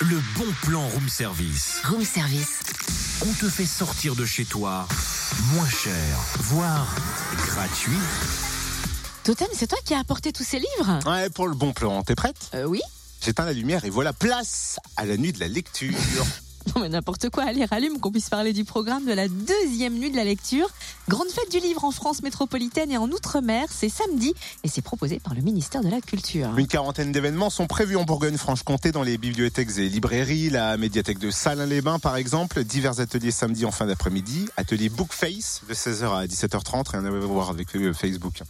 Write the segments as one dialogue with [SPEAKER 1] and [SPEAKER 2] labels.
[SPEAKER 1] Le bon plan room service.
[SPEAKER 2] Room service.
[SPEAKER 1] On te fait sortir de chez toi moins cher, voire gratuit.
[SPEAKER 2] Totem, c'est toi qui as apporté tous ces livres
[SPEAKER 3] Ouais, pour le bon plan, t'es prête
[SPEAKER 2] Euh, oui.
[SPEAKER 3] J'éteins la lumière et voilà, place à la nuit de la lecture.
[SPEAKER 2] Non, mais n'importe quoi. Allez, rallume qu'on puisse parler du programme de la deuxième nuit de la lecture. Grande fête du livre en France métropolitaine et en Outre-mer. C'est samedi et c'est proposé par le ministère de la Culture.
[SPEAKER 3] Une quarantaine d'événements sont prévus en Bourgogne-Franche-Comté dans les bibliothèques et librairies, la médiathèque de Salins-les-Bains par exemple, divers ateliers samedi en fin d'après-midi, atelier Bookface de 16h à 17h30, rien à voir avec euh, Facebook.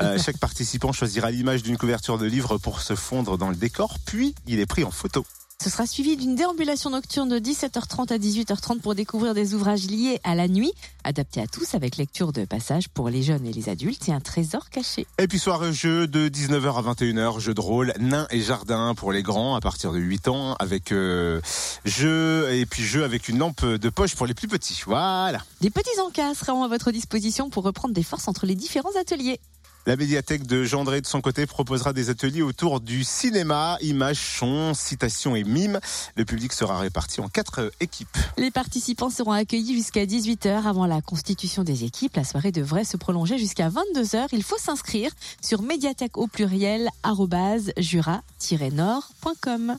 [SPEAKER 3] Euh, chaque participant choisira l'image d'une couverture de livre pour se fondre dans le décor, puis il est pris en photo.
[SPEAKER 2] Ce sera suivi d'une déambulation nocturne de 17h30 à 18h30 pour découvrir des ouvrages liés à la nuit, adaptés à tous avec lecture de passage pour les jeunes et les adultes et un trésor caché.
[SPEAKER 3] Et puis soirée jeu de 19h à 21h, jeu de rôle, nains et jardin pour les grands à partir de 8 ans avec euh, jeu et puis jeu avec une lampe de poche pour les plus petits. Voilà.
[SPEAKER 2] Des petits encas seront à votre disposition pour reprendre des forces entre les différents ateliers.
[SPEAKER 3] La médiathèque de Gendré de son côté proposera des ateliers autour du cinéma, images, sons, citations et mimes. Le public sera réparti en quatre équipes.
[SPEAKER 2] Les participants seront accueillis jusqu'à 18h avant la constitution des équipes. La soirée devrait se prolonger jusqu'à 22h. Il faut s'inscrire sur médiathèque au pluriel arrobase jura-nord.com.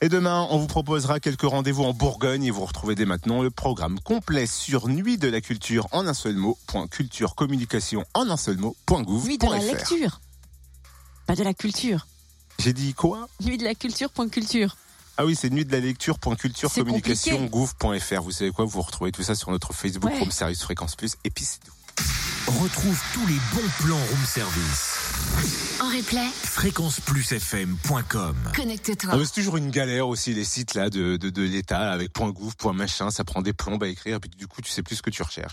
[SPEAKER 3] Et demain, on vous proposera quelques rendez-vous en Bourgogne et vous retrouvez dès maintenant le programme complet sur Nuit de la Culture en un seul mot. point culture communication en un seul mot. point gouv
[SPEAKER 2] Nuit de la
[SPEAKER 3] point fr.
[SPEAKER 2] lecture. Pas de la culture.
[SPEAKER 3] J'ai dit quoi
[SPEAKER 2] Nuit de la culture. point culture.
[SPEAKER 3] Ah oui, c'est nuit de la lecture. point culture,
[SPEAKER 2] C'est
[SPEAKER 3] communication,
[SPEAKER 2] compliqué.
[SPEAKER 3] gouv.fr. Vous savez quoi Vous retrouvez tout ça sur notre Facebook,
[SPEAKER 2] Ouais.
[SPEAKER 3] Room Service Fréquence Plus, et puis c'est tout.
[SPEAKER 1] Retrouve tous les bons plans room service.
[SPEAKER 2] En replay,
[SPEAKER 1] Fréquenceplusfm.com
[SPEAKER 2] connecte-toi.
[SPEAKER 3] Ah, mais c'est toujours une galère aussi, les sites là de, de, de l'État, avec point .gouv, point .machin, ça prend des plombes à écrire, et puis du coup, tu sais plus ce que tu recherches.